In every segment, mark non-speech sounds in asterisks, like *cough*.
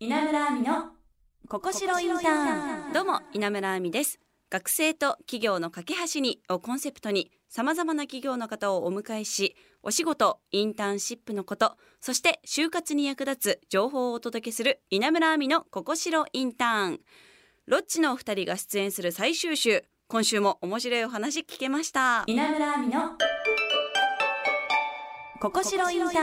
稲村亜美のここしろインターンどうも稲村亜美です学生と企業の架け橋にをコンセプトにさまざまな企業の方をお迎えしお仕事インターンシップのことそして就活に役立つ情報をお届けする稲村亜美のここしろインターンロッチのお二人が出演する最終週今週も面白いお話聞けました稲村亜美のここしろインター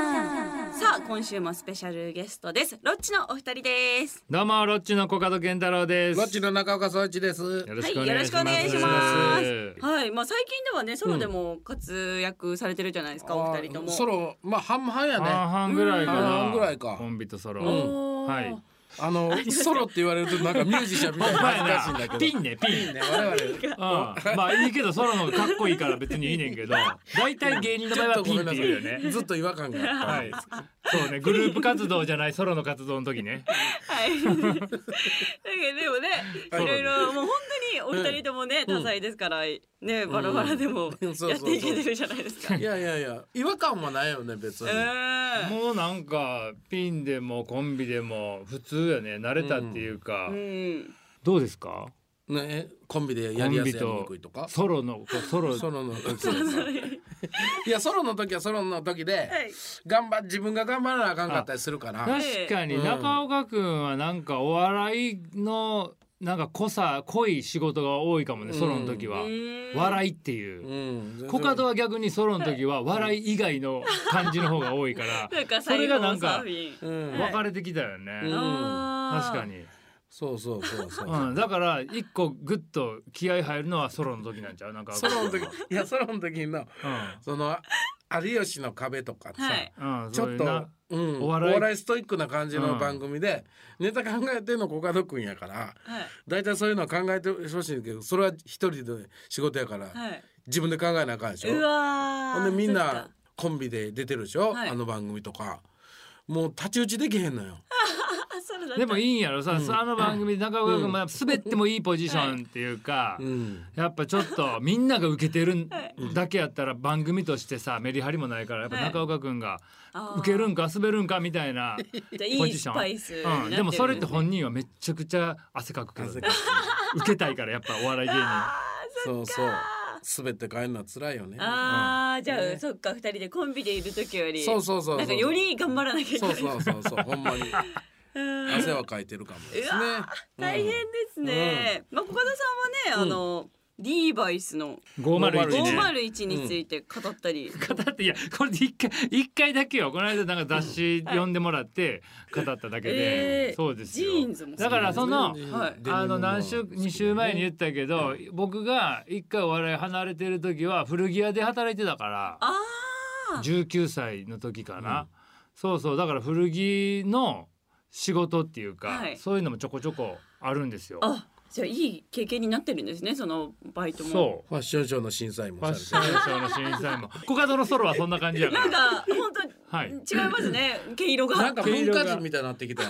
ンさあ今週もスペシャルゲストですロッチのお二人ですどうもロッチのコカド健太郎です。ロッチの中岡総一ですよ。ろしくお願いします。はいよろしくお願いははい、まあ最近ではねソロでも活躍されてるじゃないですか、お二人とも。あソロまあ半々やいね。半々ぐらいかな。半々ぐらいかコンビとソロ。おーはい。あの *laughs* ソロって言われるとなんかミュージシャンみたいな恥ずかしいんだけど。ピンねピン。ね我々うん、まあいいけどソロの方がかっこいいから別にいいねんけ *laughs* ど、大体芸人のち場合ょっはとピごンめっんてなさいうよね。い。ずっと違和感があはっい。そうねグループ活動じゃないソロの活動の時ね。 *laughs* はい。だけどでもね、はいいろいろもう本当にお二人ともね、多彩ですからねバラバラでもうんそうそうそうやっていけてるじゃないですか。た。いやいやいや違和感はないよね別に。うもうなんかピンでもコンビでも普通やね慣れたっていうか。ん。うん。どうですか？ねコンビでやりやすいやりにくいとか。ソロのこうソロソロの時とかいやソロの時はソロの時ではい。頑張自分が頑張らなあかんかったりするから。確かにうん中岡くんはなんかお笑いのなんか濃さ濃い仕事が多いかもねうんソロの時はうん笑いってう。いうんコカドは逆にソロの時は笑い以外の感じの方が多いかならんかそれ最が後なのんサーかフィン。うん分かれてきたよねうん確確か。にそうそうそうそう。うんだから一個グッと気合い入るのはソロの時なんちゃうなんかソロの時ういやソロの時のその有吉の壁とかさ、はいんうんちそうょいっうとなうん、おお笑笑いいストイックな感じの番組で、ネタ考えてんのコカド君やからはい。大体そういうのは考えてほしいんだけどそれは一人で仕事やから、はい。自分で考えなあかんでしうょわー。ほんでみんそっかなコンビで出てるでしょ、はいあの番組とかもう太刀打ちできへんのよ。あソロだったでもいいんやろさ、あの番組で中岡君もやっぱ滑ってもいいポジションっていうか、うんやっぱちょっ *laughs* とみんなが受けてるはいだけやったら番組としてさメリハリもないからやっぱはい中岡くんがあー受けるんか滑るんかみたい *laughs* なじゃあポいいジシスョンパイスになうるん、ねでもそれって本人はめっちゃくちゃ汗かくけど汗ねかく *laughs* 受けたいからやっぱお笑い芸人そうそう滑って帰るのは辛いよね。あーじゃあ、ねそっか二人でコンビでいる時よりそうそうそうそうなんかより頑張らなきゃいけそなういそうそうそうほんまにうん汗はかいてるかもですねう。大変ですね、まあ小田さんはねあの、ディーバイスの501ね501について語ったり、語っていやこれで一回一回だけよこの間なんか雑誌読んでもらって語っただけで、えーそうですよジーンズもそうだからそのはいあの何週2週前に言ったけど、僕が一回お笑い離れてる時は古着屋で働いてたからああ19歳の時かな、そうそうだから古着の仕事っていうか、はいそういうのもちょこちょこあるんですよ。あじゃあいい経験になってるんですねそのバイトもそうファッションショーの審査員ファもッショさンショーの審査員 *laughs* もコカドのソロはそんな感じやかなんら。か本はい当違いますね、毛色れがてなんか文化人みたいになってきたよ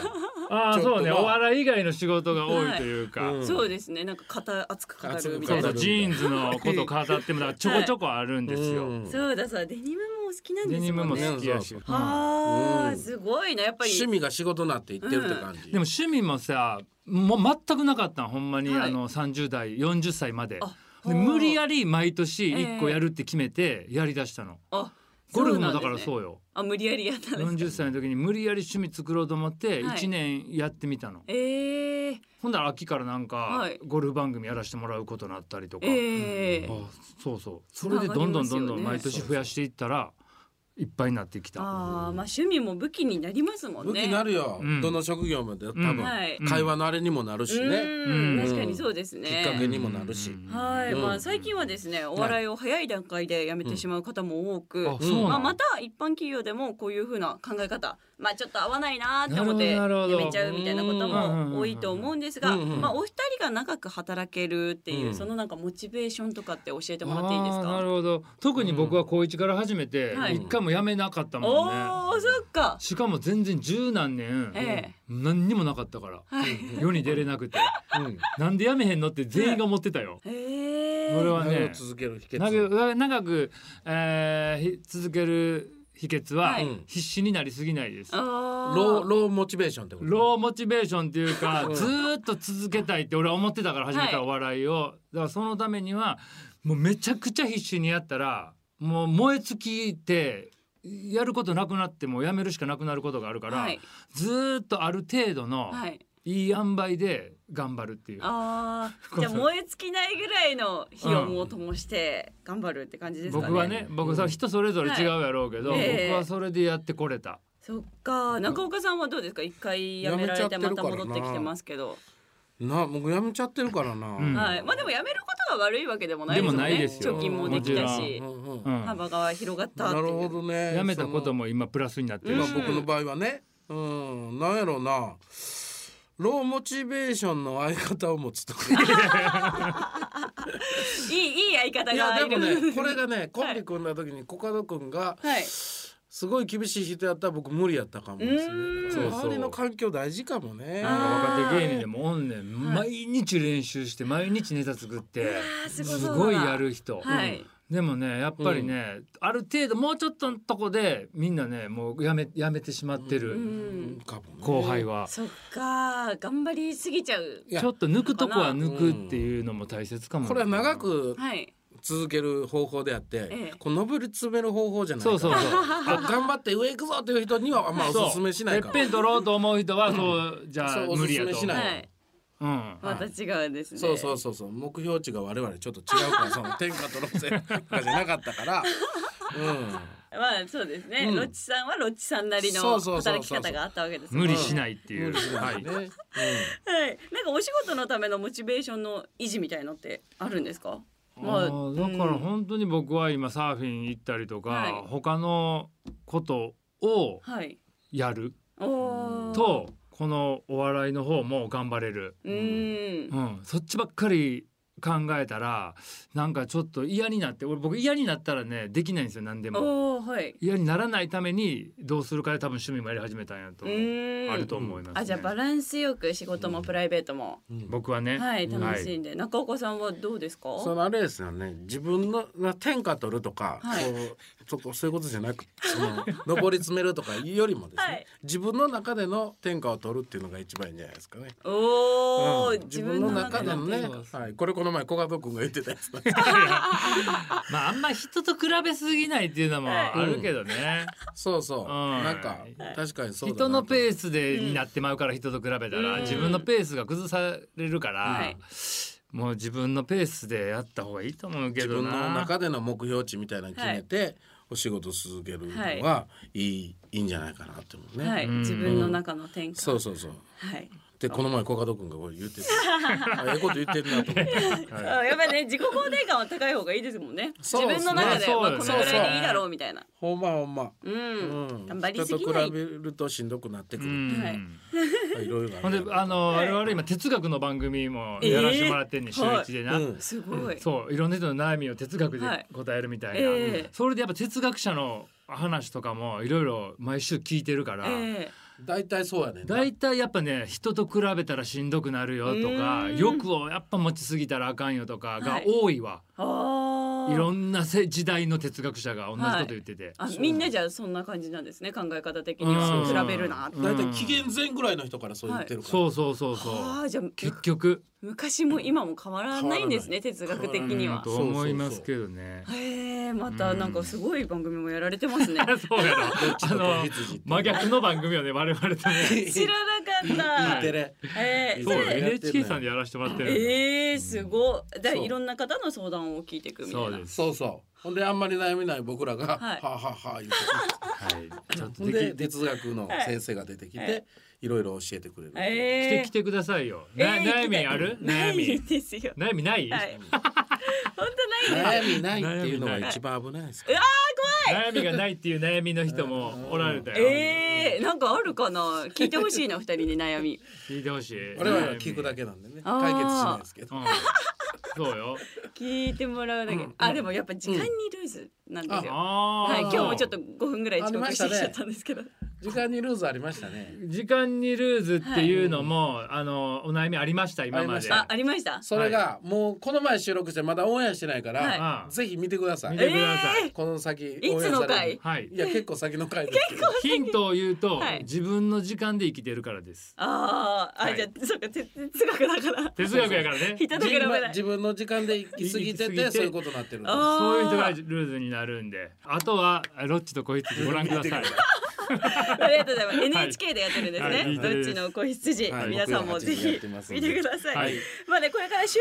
ああちょっとそうねまあお笑い以外の仕事が多いというか、はいうんそうですねなんか肩熱く語るみたそういそなうジーンズのこと語ってもだからちょこちょこあるんですよ。うんそうだそうだデニムもお好きなんデでニすムもんもね好きやし。うんはあ、うんすごいなやっぱり趣味が仕事になっていってるって感じ、でも趣味もさもう全くなかったんほんまに、はいあの30代40歳まであほでう無理やり毎年1個やるって決めてやりだしたの、あゴルフもだからうなんですねそう *laughs* よあ無理やりやったんです40歳の時に無理やり趣味作ろうと思ってはい1年やってみたの、ええほんなら秋からなんかはいゴルフ番組やらせてもらうことになったりとか、ええあそうそうそれでどんどんどんつながどんり毎ますよね年増やしていったらいっぱいになってきたああまあ趣味も武器になりますもんね武器になるるよ、うんどの職業もで多分、うんはい会話のあれにもなるしね、うんうん確かにそうですねきっかけにもなるし、うんはい、うんまあ最近はですねお笑いを早い段階でやめてしまう方も多く、あそうなのまあ、また一般企業でもこういうふうな考え方、まあ、ちょっと合わないなーって思ってなやるほどなるほどめちゃうみたいなことも多いと思うんですが、うんうんうんまあ、お二人が長く働けるっていう、うんそのなんかモチベーションとかって教えてもらっていいですあーなるかほど特に僕は高一から始めてはい一回も辞めなかったもんね、おーそっかしかも全然十何年、ええ何にもなかったから、世に出れな *laughs* くてうんなんでやめへんのって全員が思ってたよ。へえこれは長ねく続ける秘訣長く長く、えーひ続ける秘訣ははいうん必死になりすぎないです。ローロローモチベーションってことローモチベーションっていう *laughs* かうんずーっと続けたいって俺は思ってたから始めはいたお笑いを、だからそのためにはもうめちゃくちゃ必死にやったらもう燃え尽きてやることなくなってもうやめるしかなくなることがあるから、はいずーっとある程度のはいいい塩梅で頑張るっていう、ああ、じゃあ燃え尽きないぐらいの火をもう灯して頑張るって感じですかね。僕はね僕さ人それぞれ違うやろうけど、はいええ僕はそれでやってこれた。そっか、中岡さんはどうですか。一回辞められて辞めちまゃってるたからな戻ってきてますけど。なあ僕やめちゃってるからな、うんはい。まあでも辞めることは悪いわけでもないですよね。でもないですよ貯金もできたもしう、んうんうん幅が広がったっなているう。ほどねやめたこともも今プラスになってる今し、僕の場合はねうんなんやろうなローモチベーションの相方を持つとかいいい *laughs* い相方いがやいでる。もねこれがねコンビ組んだ時にコカド君がはい。すごい厳しい人やったら僕無理やったかもですうねーんそうそうそう周りの環境大事かもねあなんか若手芸人でもおんねんは毎日練習して毎日ネタ作ってあーすごそうすだごいやる人、はい。でもねやっぱりね、ある程度もうちょっとのとこでみんなねもうやめやめてしまってうるん。かもね後輩は、そっか、頑張りすぎちゃう。いやちょっと抜くとこは抜くっていうのも大切かもこれは長くはい。続ける方法であって、ええこうのぶり詰める方法じゃないかそうらそうそうあ頑張って上行くぞという人にはあ *laughs* んまおそうすすめしないかてらっぺん取ろうと思う人はそうじゃあそうお無す理すやめとし思うなはい。うんはまた違うですね。そうそうそうそう目標値が我々ちょっと違うからその天下と路線とかじゃなかったから、まあそうですね、うんロッチさんはロッチさんなりのそうそうそうそう働き方があったわけですいもん無ね理しないってうん、いう、無理しないね、うんはい、なんかお仕事のためのモチベーションの維持みたいのってあるんですかまああーだから本当に僕は今サーフィン行ったりとか、はい他のことをはいやるおーとこのお笑いの方も頑張れる、うーんうん、そっちばっかり考えたらなんかちょっと嫌になって俺僕嫌になったらねできないんですよ何でもおーはい嫌にならないためにどうするかで多分趣味もやり始めたんやとう思う、ーんあると思います、ねあじゃあバランスよく仕事もプライベートも、うん僕はね、はい楽しんで、中岡さんはどうですかそのあれですよね自分のな天下取るとか、はいこうちょっとそういうことじゃなくその上り詰めるとかよりもですね、はい自分の中での天下を取るっていうのが一番いいんじゃないですかね。おお、うん自分の中でのの自分ねの中でのね、はい、これこの前小賀君が言ってたやつだまああんま人と比べすぎないっていうのもあるけどね、そうそう、うんなんか確かにそうだなと人のペースでになってまうから人と比べたら、うん自分のペースが崩されるから、はいもう自分のペースでやった方がいいと思うけ自ど分のな。中での目標値みたいなの決めて、お仕事続けるのは、、はいいいいんじゃないかなって思うね、はい、うん自分の中の転換そうそうそうはいでこの前小加戸君がこれ *laughs* 言ってたあええこと言ってるなと思って、はい、あやっぱりね自己肯定感は高い方がいいですもんね。自そう分の中で、まあまあ、こそうのですぐねらいでいいだろうみたいな。ほんまほんま、うん、うん、頑張りすぎ人なとい比。べるとしんどくなってくうる、んはいいろいろあほんるであの、はい我々今哲学の番組もやらせてもらってんね、えんー週一でな、うんすごい。そういろんな人の悩みを哲学はいで答えるみたいな、ええそれでやっぱ哲学者の話とかもいろいろ毎週聞いてるから、え大体そうやねんなだいたいやっぱね人と比べたらしんどくなるよとかうん欲をやっぱ持ちすぎたらあかんよとかはがい多いわ、えああ。いろんなせ時代の哲学者が同じこと言ってて、あみんなじゃあそんな感じなんですね考え方的にうんは比べるなって。うん大体紀元前ぐらいの人からそう言ってるから、そうそうそうそうああじゃあ結局昔も今も変わらないんですね哲学的にうんは。と思いますけどねへえまたなんかすごい番組もやられてます *laughs* ね。そうやろあ *laughs* のの真逆の番組をね我々とね知らなか E っテた。レええい *laughs* そそうれ NHK さんでやらせてもらってるのよええすごい。だからそういろんな方の相談を聞いていくみたいな。そうですそうそうほんであんまり悩みない僕らが「ははいあはあはあ」言ってはいちょっとほんででき哲学の先生が出てきはいていろいろ教えてくれる。来えてえ来てくださいよえなー行きたい悩みあるな悩いみですよ。悩みないはい。 *laughs* 本当ないです。悩みないっていうのが一番危ないですから。悩みがないっていう悩みの人もおられたよええなんかあるかな。聞いてほしいな、二人に悩み。聞いてほしい我々は聞くだけなんでねあー解決しないですけどう。んそうよ聞いてもらうだけ。あ、でもやっぱ時間にルーズなんですよ。あはい、ー今日もちょっと五分ぐらい遅刻してきちゃったんですけど。時間にルーズありましたね時間にルーズっていうのも、あのお悩みありました今ありまましでたあ、ありました。それがもうこの前収録してまだオンエアしてないから、はいぜひ見てください見てください、この先いつの回はいいや結構先の回ですけどヒントを言うと、はい自分の時間で生きてるからですあーあ、はいじゃあそうか哲哲学だから。哲学やからね人だけダメだ。自分の時間で行き過ぎて行き過ぎててそういうことになってるんですあそういう人がルーズになるんであとはロッチとこいつご覧くださいありがとうございます。はい NHK でやってるんですはいね。見てるどっちの子羊、はい皆さんもぜ僕らやひってますん見でてください。はいまあねこれから就活を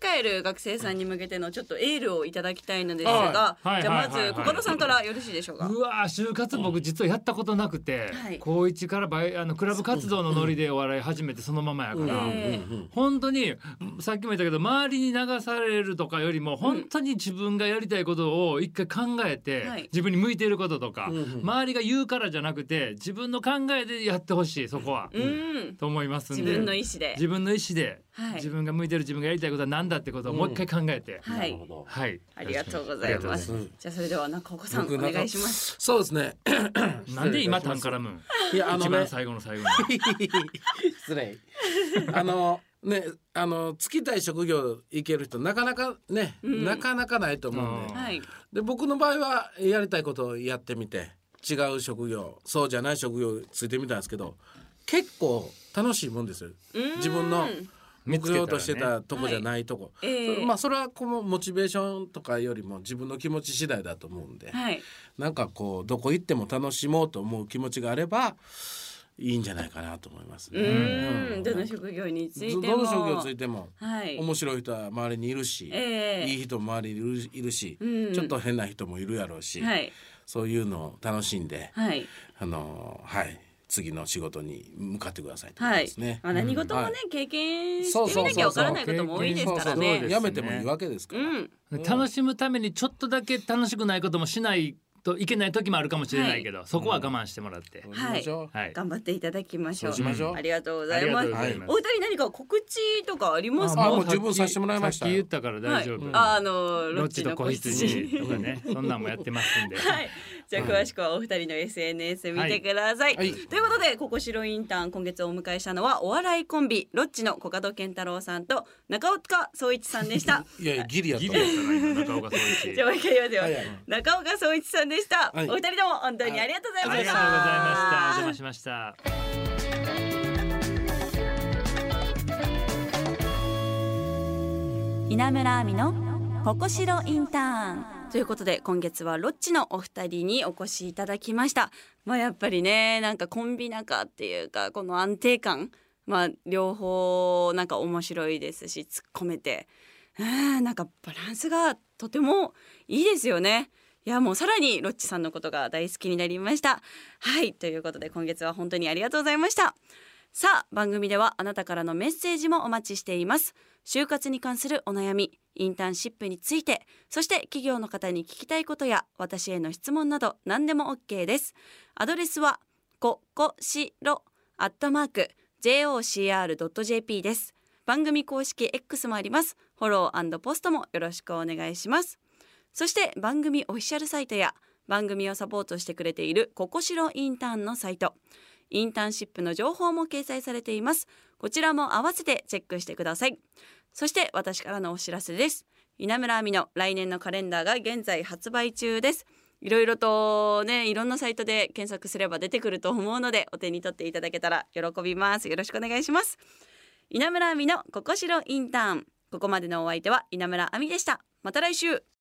控える学生さんに向けてのちょっとエールをいただきたいのですがは、いはいじゃあまはいはずいは小い野さんからよろしいでしょうか。うわー就活僕実はやったことなくて、はい高一からバイあのクラブ活動のノリでお笑い始めてそのままやから、うん本当にさっきも言ったけど周りに流されるとかよりも本当に自分がやりたいことを一回考えて、はい自分に向いていることとか、うんうん周りが言うからじゃなくて自分の考えでやってほしいそこは、うん。と思いますんで自分の意思で。自分の意思で、はい自分が向いてる自分がやりたいことは何だってことをもう一回考えて、うんはいどはいありがとうございます。ありがとうございますじゃあそれでは中岡さんお僕中願いします。そうですねなんで今タンんからむんいやあの一ね番最後の最後 *laughs* 失礼あのねあのつきたい職業行ける人なかなかね、んなかなかないと思うんであーはい。で僕の場合はやりたいことをやってみて違う職業そうじゃない職業ついてみたんですけど結構楽しいもんですようん自分の目標として見つけたらたとこじゃないとこ、えーそれまあそれはこのモチベーションとかよりも自分の気持ち次第だと思うんで、はい。なんかこうどこ行っても楽しもうと思う気持ちがあればいいんじゃないかなと思いますね。う。うんんどの職業についてども。の職業ついてもはい。面白い人は周りにいるし、ええいい人も周りにいるいるし、うんちょっと変な人もいるやろうし、はい。そういうのを楽しんで、はい。あのはい次の仕事に向かってくださいってことはでいすね。。まあ何事もねはい経験そうしてそうみそうなそうきゃわからないことも多いですから経験そうそうね。やめてもいいわけですかうら。ん。に楽しむためにちょっとだけ楽しくないこともしないといけない時もあるかもしれないけど、そこは我慢してもらって、そうしましょうはい頑張っていただきましょうそうしましょうありがとうございますありがとうございまお二人何か告知とかありますあかもう十分させてもらいましたさっき言ったから大丈夫、はい、ああのロロッッチチのと子子羊羊とかねそんなんもやってますんで、はい、じゃあ詳しくはお二人の SNS 見てください。はいはいということで、ここ白インターン、今月お迎えしたのは、お笑いコンビ、ロッチのコカドケンタロウさんと、中岡総一さんでした。いやいやギリやったギリやったな今中岡総一 *laughs* じゃあ、もう一回言いますよ。はいはい中岡総一さんでした。はいお二人とも本当にありがとうございまありしがた。とうございましたお邪魔しました稲村亜美のここしろインターンということで今月はロッチのお二人にお越しいただきました。まあやっぱりねなんかコンビ仲っていうかこの安定感まあ両方なんか面白いですし突っ込めてうんなんかバランスがとてもいいですよね。いやもうさらにロッチさんのことが大好きになりました。はいということで今月は本当にありがとうございました。さあ番組ではあなたからのメッセージもお待ちしています就活に関するお悩みインターンシップについてそして企業の方に聞きたいことや私への質問など何でも OK ですアドレスはここしろアットマーク jocr.jp です番組公式 X もありますフォローポストもよろしくお願いしますそして番組オフィシャルサイトや番組をサポートしてくれているここしろインターンのサイトインターンシップの情報も掲載されていますこちらも合わせてチェックしてくださいそして私からのお知らせです稲村亜美の来年のカレンダーが現在発売中ですいろいろとねいろんなサイトで検索すれば出てくると思うのでお手に取っていただけたら喜びますよろしくお願いします稲村亜美のここしろインターンここまでのお相手は稲村亜美でしたまた来週